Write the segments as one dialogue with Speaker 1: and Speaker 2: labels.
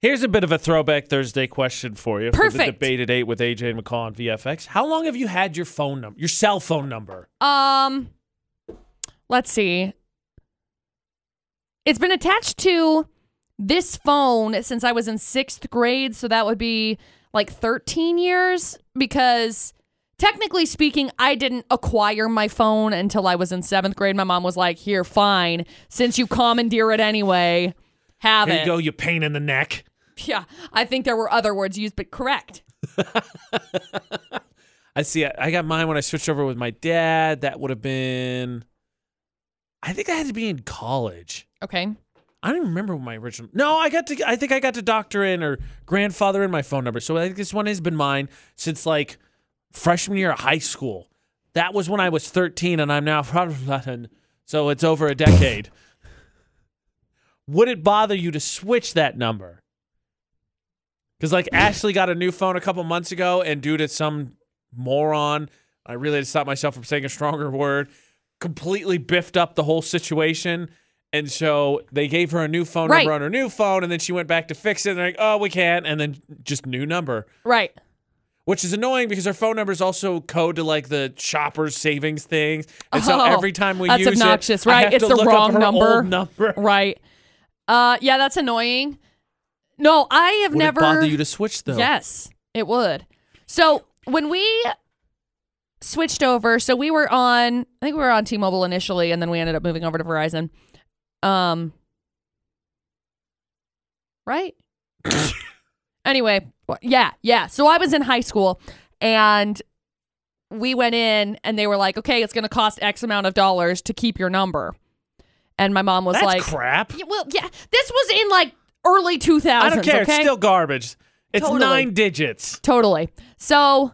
Speaker 1: Here's a bit of a throwback Thursday question for you. for the
Speaker 2: Perfect.
Speaker 1: debate at eight with AJ and McCall on VFX. How long have you had your phone number, your cell phone number?
Speaker 2: Um, let's see. It's been attached to this phone since I was in sixth grade, so that would be like 13 years because technically speaking, I didn't acquire my phone until I was in seventh grade. My mom was like, Here, fine. Since you commandeer it anyway, have
Speaker 1: Here
Speaker 2: it.
Speaker 1: you go, you pain in the neck.
Speaker 2: Yeah, I think there were other words used, but correct.
Speaker 1: I see. I, I got mine when I switched over with my dad. That would have been, I think I had to be in college.
Speaker 2: Okay.
Speaker 1: I don't even remember my original. No, I got to. I think I got to doctor in or grandfather in my phone number. So I think this one has been mine since like freshman year of high school. That was when I was 13, and I'm now so it's over a decade. Would it bother you to switch that number? Because like Ashley got a new phone a couple months ago, and due to some moron, I really had to stop myself from saying a stronger word. Completely biffed up the whole situation, and so they gave her a new phone
Speaker 2: Right.
Speaker 1: number on her new phone, and then she went back to fix it. And they're like, "Oh, we can't," and then just new number,
Speaker 2: Right.
Speaker 1: which is annoying because her phone number is also code to like the Shoppers savings things, and so
Speaker 2: Oh,
Speaker 1: every time we
Speaker 2: that's
Speaker 1: use
Speaker 2: obnoxious,
Speaker 1: it, I
Speaker 2: right?
Speaker 1: have
Speaker 2: It's
Speaker 1: to
Speaker 2: the
Speaker 1: look up
Speaker 2: wrong
Speaker 1: her
Speaker 2: number.
Speaker 1: old number.
Speaker 2: Right. Uh yeah, that's annoying. No, I have
Speaker 1: Would
Speaker 2: never
Speaker 1: it bother you to switch though?
Speaker 2: Yes, it would. So, when we switched over, so we were on I think we were on T-Mobile initially and then we ended up moving over to Verizon. Um Right? anyway, wh- yeah, yeah. So I was in high school and we went in and they were like, "Okay, it's going to cost X amount of dollars to keep your number." And my mom was
Speaker 1: that's
Speaker 2: like,
Speaker 1: crap.
Speaker 2: yeah, well, yeah, this was in like early 2000s.
Speaker 1: I don't care. It's
Speaker 2: okay?
Speaker 1: still garbage. It's
Speaker 2: Totally.
Speaker 1: nine digits.
Speaker 2: totally. So,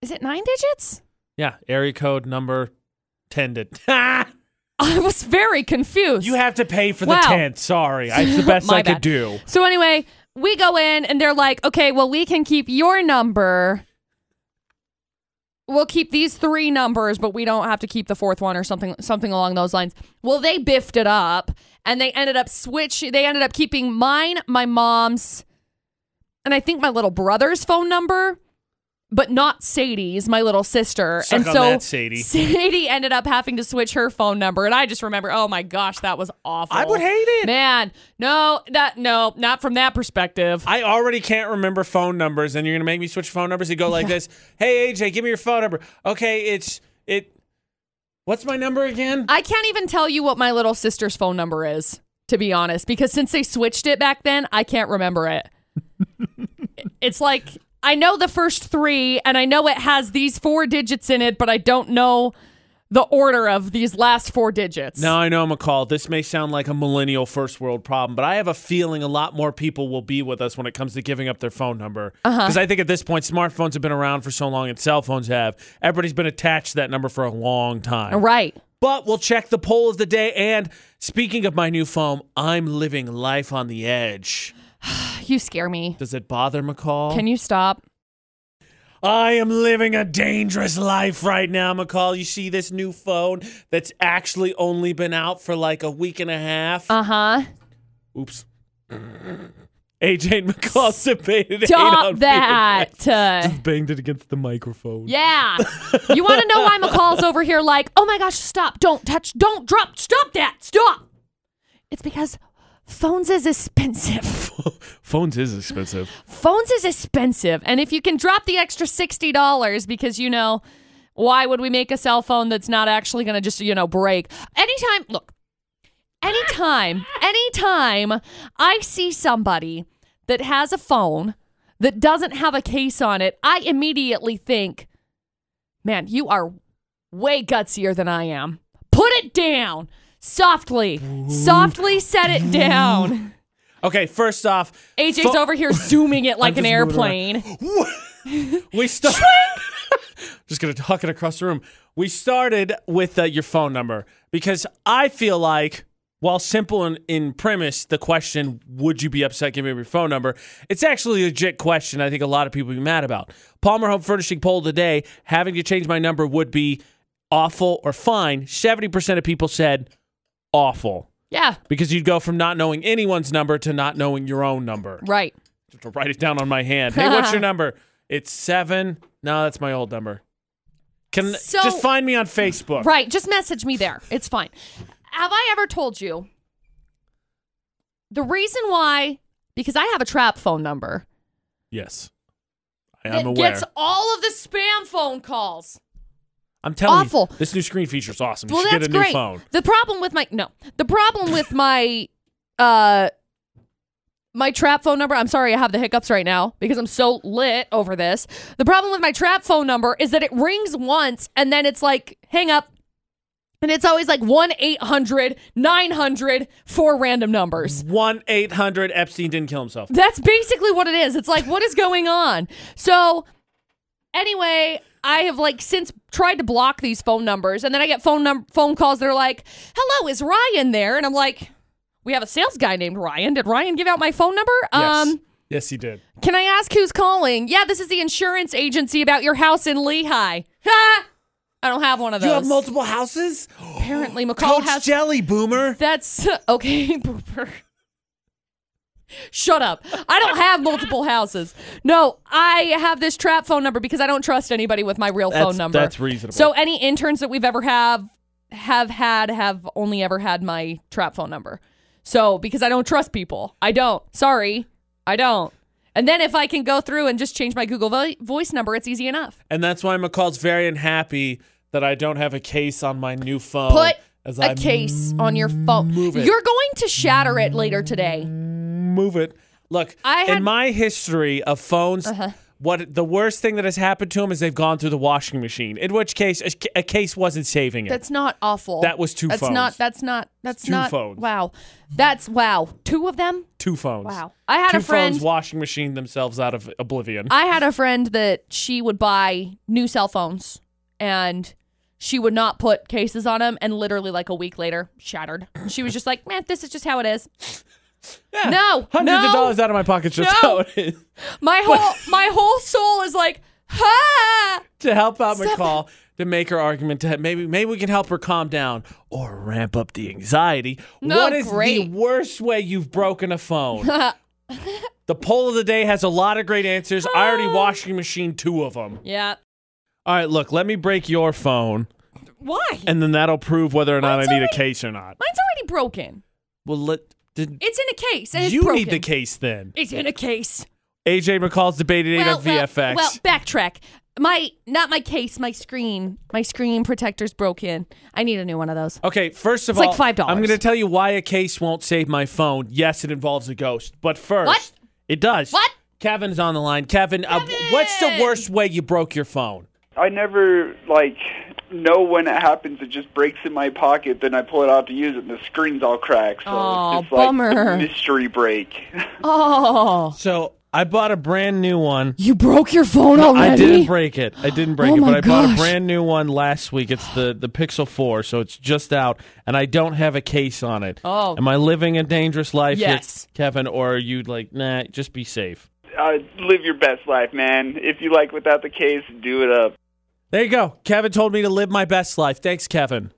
Speaker 2: is it nine digits?
Speaker 1: Yeah, area code number tended.
Speaker 2: I was very confused.
Speaker 1: you have to pay for the
Speaker 2: Wow.
Speaker 1: tent. Sorry, I, it's the best
Speaker 2: My
Speaker 1: I
Speaker 2: bad.
Speaker 1: could do.
Speaker 2: so anyway, we go in and they're like, "Okay, well, we can keep your number." We'll keep these three numbers, but we don't have to keep the fourth one or something something along those lines. Well, they biffed it up and they ended up switch they ended up keeping mine, my mom's, and I think my little brother's phone number, but not Sadie's, my little sister.
Speaker 1: Suck
Speaker 2: and
Speaker 1: on
Speaker 2: so
Speaker 1: that, Sadie.
Speaker 2: Sadie ended up having to switch her phone number. And I just remember, oh my gosh, that was awful.
Speaker 1: I would hate it.
Speaker 2: Man, no, that no, not from that perspective.
Speaker 1: I already can't remember phone numbers, and you're gonna make me switch phone numbers. You go like this. Hey AJ, give me your phone number. Okay, it's it. What's my number again?
Speaker 2: I can't even tell you what my little sister's phone number is, to be honest, because since they switched it back then, I can't remember it. it's like I know the first three, and I know it has these four digits in it, but I don't know the order of these last four digits.
Speaker 1: Now I know McCall. This may sound like a millennial first world problem, but I have a feeling a lot more people will be with us when it comes to giving up their phone number.
Speaker 2: Uh-huh.
Speaker 1: Because I think at this point, smartphones have been around for so long, and cell phones have. Everybody's been attached to that number for a long time.
Speaker 2: right?
Speaker 1: But we'll check the poll of the day. And speaking of my new phone, I'm living life on the edge.
Speaker 2: You scare me.
Speaker 1: Does it bother McCall?
Speaker 2: Can you stop?
Speaker 1: I am living a dangerous life right now, McCall. You see this new phone that's actually only been out for like a week and a half?
Speaker 2: Uh huh.
Speaker 1: Oops. AJ and McCall debated it
Speaker 2: Stop
Speaker 1: on
Speaker 2: that. Uh,
Speaker 1: VFX. Banged it against the microphone.
Speaker 2: Yeah. You want to know why McCall's over here like, oh my gosh, stop, don't touch, don't drop, stop that, stop. It's because phones is expensive.
Speaker 1: Phones is expensive.
Speaker 2: Phones is expensive. And if you can drop the extra $60 because, you know, why would we make a cell phone that's not actually going to just, you know, break? Anytime, look, anytime, anytime I see somebody that has a phone that doesn't have a case on it, I immediately think, man, you are way gutsier than I am. Put it down softly. Softly set it down.
Speaker 1: Okay, first off,
Speaker 2: AJ's
Speaker 1: pho-
Speaker 2: over here zooming it like
Speaker 1: I'm
Speaker 2: an
Speaker 1: just moving around.
Speaker 2: airplane.
Speaker 1: we start. just gonna huck it across the room. We started with uh, your phone number because I feel like, while simple in, in premise, the question "Would you be upset giving me your phone number?" It's actually a legit question. I think a lot of people be mad about. Palmer Home Furnishing poll today: having to change my number would be awful or fine. Seventy percent of people said awful.
Speaker 2: Yeah.
Speaker 1: because you'd go from not knowing anyone's number to not knowing your own number.
Speaker 2: Right.
Speaker 1: To write it down on my hand. Hey, what's your number? It's seven. No, that's my old number. Can
Speaker 2: So-
Speaker 1: just find me on Facebook.
Speaker 2: Right. Just message me there. It's fine. Have I ever told you the reason why? Because I have a trap phone number
Speaker 1: Yes, I
Speaker 2: that
Speaker 1: am aware.
Speaker 2: gets all of the spam phone calls.
Speaker 1: I'm telling
Speaker 2: awful.
Speaker 1: you, this new screen feature's awesome. You
Speaker 2: well,
Speaker 1: should
Speaker 2: that's
Speaker 1: get a new
Speaker 2: great.
Speaker 1: phone.
Speaker 2: The problem with my no, the problem with my uh my trap phone number. I'm sorry, I have the hiccups right now because I'm so lit over this. The problem with my trap phone number is that it rings once and then it's like hang up. And it's always like 1 800 900 for random numbers.
Speaker 1: One eight hundred Epstein didn't kill himself.
Speaker 2: That's basically what it is. It's like, what is going on? So, anyway, I have like since tried to block these phone numbers, and then I get phone num- phone calls that are like, "Hello, is Ryan there?" And I'm like, "We have a sales guy named Ryan. Did Ryan give out my phone number?
Speaker 1: Yes.
Speaker 2: Um,
Speaker 1: yes, he did.
Speaker 2: can I ask who's calling? Yeah, this is the insurance agency about your house in Lehigh. Ha! I don't have one of those.
Speaker 1: You have multiple houses.
Speaker 2: Apparently, McCall
Speaker 1: Coach
Speaker 2: has
Speaker 1: Jelly Boomer.
Speaker 2: that's okay, Booper. Shut up. I don't have multiple houses. No, I have this trap phone number because I don't trust anybody with my real phone
Speaker 1: That's-
Speaker 2: number.
Speaker 1: that's reasonable.
Speaker 2: So any interns that we've ever have have had have only ever had my trap phone number. So because I don't trust people. I don't. Sorry. I don't. And then if I can go through and just change my Google vo- voice number, it's easy enough.
Speaker 1: And that's why McCall's very unhappy that I don't have a case on my new phone.
Speaker 2: Put
Speaker 1: Oh, as
Speaker 2: a
Speaker 1: I
Speaker 2: case on your phone.
Speaker 1: move it.
Speaker 2: You're going to shatter it later today.
Speaker 1: move it. Look,
Speaker 2: I had- Uh-huh.
Speaker 1: in my history of phones, what the worst thing that has happened to them is they've gone through the washing machine. In which case, a, a case wasn't saving it.
Speaker 2: That's not awful.
Speaker 1: That was two
Speaker 2: That's
Speaker 1: phones.
Speaker 2: not. That's not. That's
Speaker 1: Two
Speaker 2: not.
Speaker 1: phones.
Speaker 2: Wow. That's wow. Two of them.
Speaker 1: two phones.
Speaker 2: Wow. I had
Speaker 1: two
Speaker 2: a friend. Uh,
Speaker 1: phones washing machine themselves out of oblivion.
Speaker 2: I had a friend that she would buy new cell phones, and she would not put cases on them, and literally like a week later, shattered. She was just like, "Man, this is just how it is."
Speaker 1: Yeah.
Speaker 2: No,
Speaker 1: Hundreds
Speaker 2: no,
Speaker 1: of dollars out of my pockets just
Speaker 2: No.
Speaker 1: how it is.
Speaker 2: My whole my whole soul is like, ha.
Speaker 1: to help out
Speaker 2: Stop
Speaker 1: McCall to make her argument to maybe maybe we can help her calm down or ramp up the anxiety.
Speaker 2: No,
Speaker 1: what is
Speaker 2: great.
Speaker 1: the worst way you've broken a phone? the poll of the day has a lot of great answers. I already
Speaker 2: Ah.
Speaker 1: washing machine two of them.
Speaker 2: Yeah.
Speaker 1: All right, look, let me break your phone
Speaker 2: Why?
Speaker 1: and then that'll prove whether or not
Speaker 2: Mine's
Speaker 1: I need
Speaker 2: already-
Speaker 1: a case or not.
Speaker 2: Mine's already broken.
Speaker 1: Well, let did
Speaker 2: It's in a case. And it's
Speaker 1: you
Speaker 2: broken.
Speaker 1: need the case then.
Speaker 2: It's in a case.
Speaker 1: AJ McCall's debate at 8 on VFX.
Speaker 2: Well, backtrack. My not my case, my screen. My screen protector's broken. I need a new one of those.
Speaker 1: Okay, first of
Speaker 2: It's like
Speaker 1: all,
Speaker 2: $5.
Speaker 1: I'm going to tell you why a case won't save my phone. Yes, it involves a ghost, but first,
Speaker 2: What?
Speaker 1: it does.
Speaker 2: What?
Speaker 1: Kevin's on the line. Kevin, Uh, what's the
Speaker 2: Kevin!
Speaker 1: worst way you broke your phone?
Speaker 3: I never like know when it happens. It just breaks in my pocket. Then I pull it out to use it, and the screen's all cracked. So
Speaker 2: Aw,
Speaker 3: it's just like
Speaker 2: bummer.
Speaker 3: a mystery break.
Speaker 2: Oh,
Speaker 1: So I bought a brand new one.
Speaker 2: you broke your phone already.
Speaker 1: I didn't break it. I didn't break
Speaker 2: Oh
Speaker 1: it,
Speaker 2: my
Speaker 1: but I bought a
Speaker 2: gosh.
Speaker 1: brand new one last week. It's the the Pixel 4, so it's just out, and I don't have a case on it.
Speaker 2: Oh.
Speaker 1: am I living a dangerous life? here,
Speaker 2: Yes.
Speaker 1: Kevin, or are you like, nah? Just be safe.
Speaker 3: uh, live your best life, man. If you like without the case, do it up.
Speaker 1: There you go. Kevin told me to live my best life. Thanks, Kevin.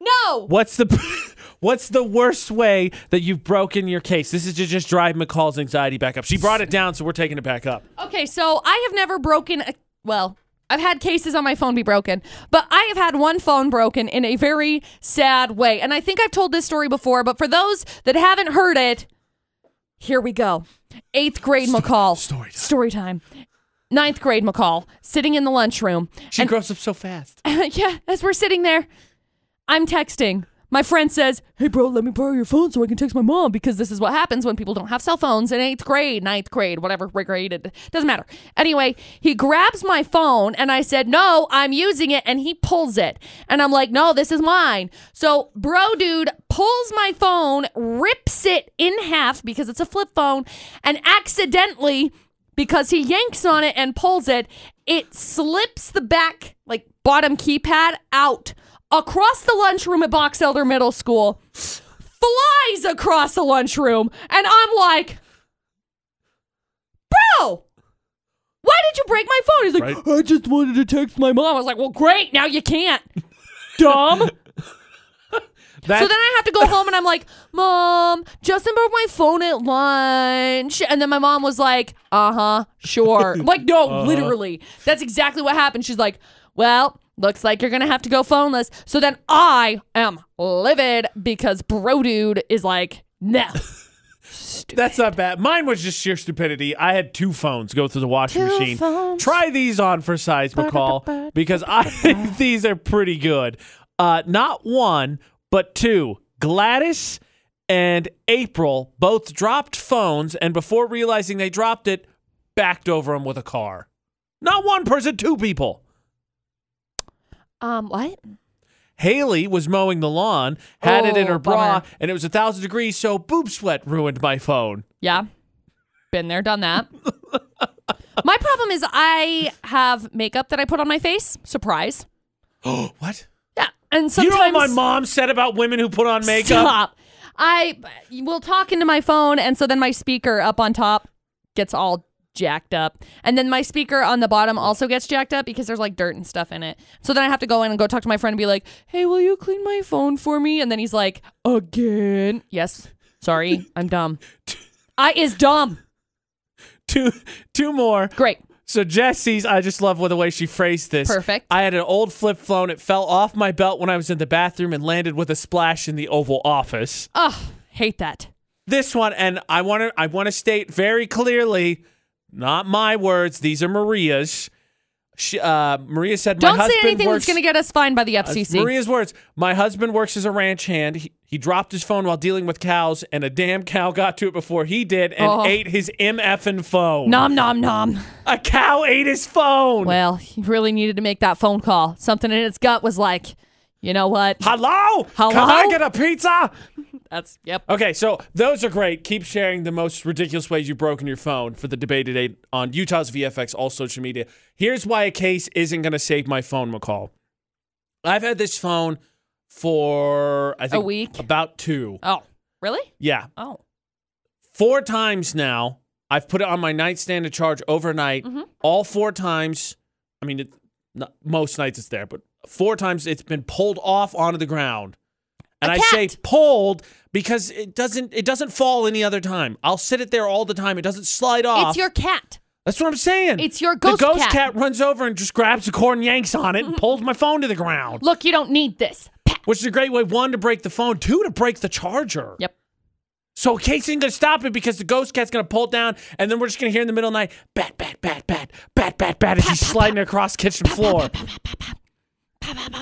Speaker 2: No.
Speaker 1: What's the what's the worst way that you've broken your case? This is to just drive McCall's anxiety back up. She brought it down, so we're taking it back up.
Speaker 2: Okay, so I have never broken a well, I've had cases on my phone be broken, but I have had one phone broken in a very sad way. And I think I've told this story before, but for those that haven't heard it, here we go. Eighth grade McCall.
Speaker 1: story time.
Speaker 2: Story time. Ninth grade McCall sitting in the lunchroom.
Speaker 1: She grows up so fast.
Speaker 2: yeah, as we're sitting there, I'm texting. My friend says, Hey, bro, let me borrow your phone so I can text my mom because this is what happens when people don't have cell phones in eighth grade, ninth grade, whatever we're graded. Doesn't matter. Anyway, he grabs my phone and I said, No, I'm using it. And he pulls it. And I'm like, No, this is mine. So, bro, dude pulls my phone, rips it in half because it's a flip phone, and accidentally because he yanks on it and pulls it, it slips the back, like bottom keypad, out across the lunchroom at Box Elder Middle School, flies across the lunchroom, and I'm like, Bro, why did you break my phone? He's like, I just wanted to text my mom. I was like, Well, great, now you can't. Dumb.
Speaker 1: That-
Speaker 2: so then I have to go home and I'm like, Mom, Justin broke my phone at lunch. And then my mom was like, Uh huh, sure. like, no,
Speaker 1: Uh-huh.
Speaker 2: literally. That's exactly what happened. She's like, Well, looks like you're going to have to go phoneless. So then I am livid because Bro Dude is like, No.
Speaker 1: That's not bad. Mine was just sheer stupidity. I had two phones go through the washing
Speaker 2: Two
Speaker 1: machine.
Speaker 2: phones.
Speaker 1: Try these on for size McCall because I think these are pretty good. Uh, not one, but two. Gladys and April both dropped phones, and before realizing they dropped it, backed over them with a car. Not one person, two people.
Speaker 2: Um, what?
Speaker 1: Haley was mowing the lawn, had it in
Speaker 2: Oh,
Speaker 1: her bra,
Speaker 2: bummer.
Speaker 1: and it was a thousand degrees, so boob sweat ruined my phone.
Speaker 2: Yeah. Been there, done that. my problem is I have makeup that I put on my face. Surprise.
Speaker 1: what?
Speaker 2: Yeah. And sometimes
Speaker 1: you know what my mom said about women who put on makeup?
Speaker 2: Stop. I will talk into my phone, and so then my speaker up on top gets all jacked up, and then my speaker on the bottom also gets jacked up because there's like dirt and stuff in it. So then I have to go in and go talk to my friend and be like, "Hey, will you clean my phone for me?" And then he's like, "Again? Yes. Sorry, I'm dumb. I is dumb.
Speaker 1: Two two more.
Speaker 2: Great.
Speaker 1: So Jesse's, I just love the way she phrased this.
Speaker 2: Perfect.
Speaker 1: I had an old flip phone. It fell off my belt when I was in the bathroom and landed with a splash in the Oval Office.
Speaker 2: Ugh, hate that.
Speaker 1: This one, and I want to I want to state very clearly, not my words. These are Maria's. She, uh, Maria said, "My
Speaker 2: Don't say
Speaker 1: husband
Speaker 2: anything
Speaker 1: works."
Speaker 2: that's gonna get us fined by the
Speaker 1: Uh,
Speaker 2: FCC.
Speaker 1: Maria's words. My husband works as a ranch hand. He, he dropped his phone while dealing with cows, and a damn cow got to it before he did and
Speaker 2: Oh.
Speaker 1: ate his MFing phone.
Speaker 2: nom nom nom.
Speaker 1: A cow ate his phone.
Speaker 2: Well, he really needed to make that phone call. Something in its gut was like, you know what?
Speaker 1: Hello?
Speaker 2: Hello?
Speaker 1: Can I get a pizza?
Speaker 2: That's yep.
Speaker 1: Okay, so those are great. Keep sharing the most ridiculous ways you've broken your phone for the debate today on Utah's VFX, all social media. Here's why a case isn't going to save my phone, McCall. I've had this phone for, I think,
Speaker 2: week?
Speaker 1: About two.
Speaker 2: Oh, really?
Speaker 1: Yeah.
Speaker 2: Oh,
Speaker 1: four times now. I've put it on my nightstand to charge overnight.
Speaker 2: Mm-hmm.
Speaker 1: All four times. I mean, it, not, most nights it's there, but four times it's been pulled off onto the ground. And
Speaker 2: A
Speaker 1: I say
Speaker 2: cat.
Speaker 1: pulled because it doesn't it doesn't fall any other time. I'll sit it there all the time. It doesn't slide off.
Speaker 2: it's your cat.
Speaker 1: That's what I'm saying.
Speaker 2: it's your ghost
Speaker 1: The ghost
Speaker 2: cat.
Speaker 1: cat. runs over and just grabs the cord and yanks on it and pulls my phone to the ground.
Speaker 2: Look, you don't need this. Pat.
Speaker 1: Which is a great way, one, to break the phone, two, to break the charger.
Speaker 2: Yep.
Speaker 1: So Casey ain't gonna stop it because the ghost cat's gonna pull it down, and then we're just gonna hear in the middle of the night bat, bat, bat, bat, bat, bat, bat as he's sliding across kitchen floor.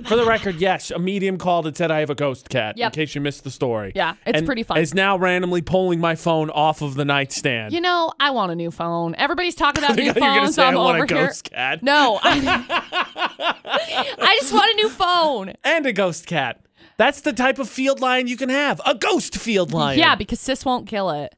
Speaker 1: For the record, yes, a medium called and said I have a ghost cat.
Speaker 2: Yep.
Speaker 1: In case you missed the story.
Speaker 2: Yeah, it's
Speaker 1: And
Speaker 2: pretty fun.
Speaker 1: Is now randomly pulling my phone off of the nightstand.
Speaker 2: You know, I want a new phone. Everybody's talking about new
Speaker 1: You're gonna
Speaker 2: phones.
Speaker 1: say
Speaker 2: I'm
Speaker 1: I want
Speaker 2: over
Speaker 1: a ghost
Speaker 2: here.
Speaker 1: cat
Speaker 2: No, I, I just want a new phone.
Speaker 1: and a ghost cat. That's the type of field lion you can have. A ghost field lion.
Speaker 2: Yeah, because sis won't kill it.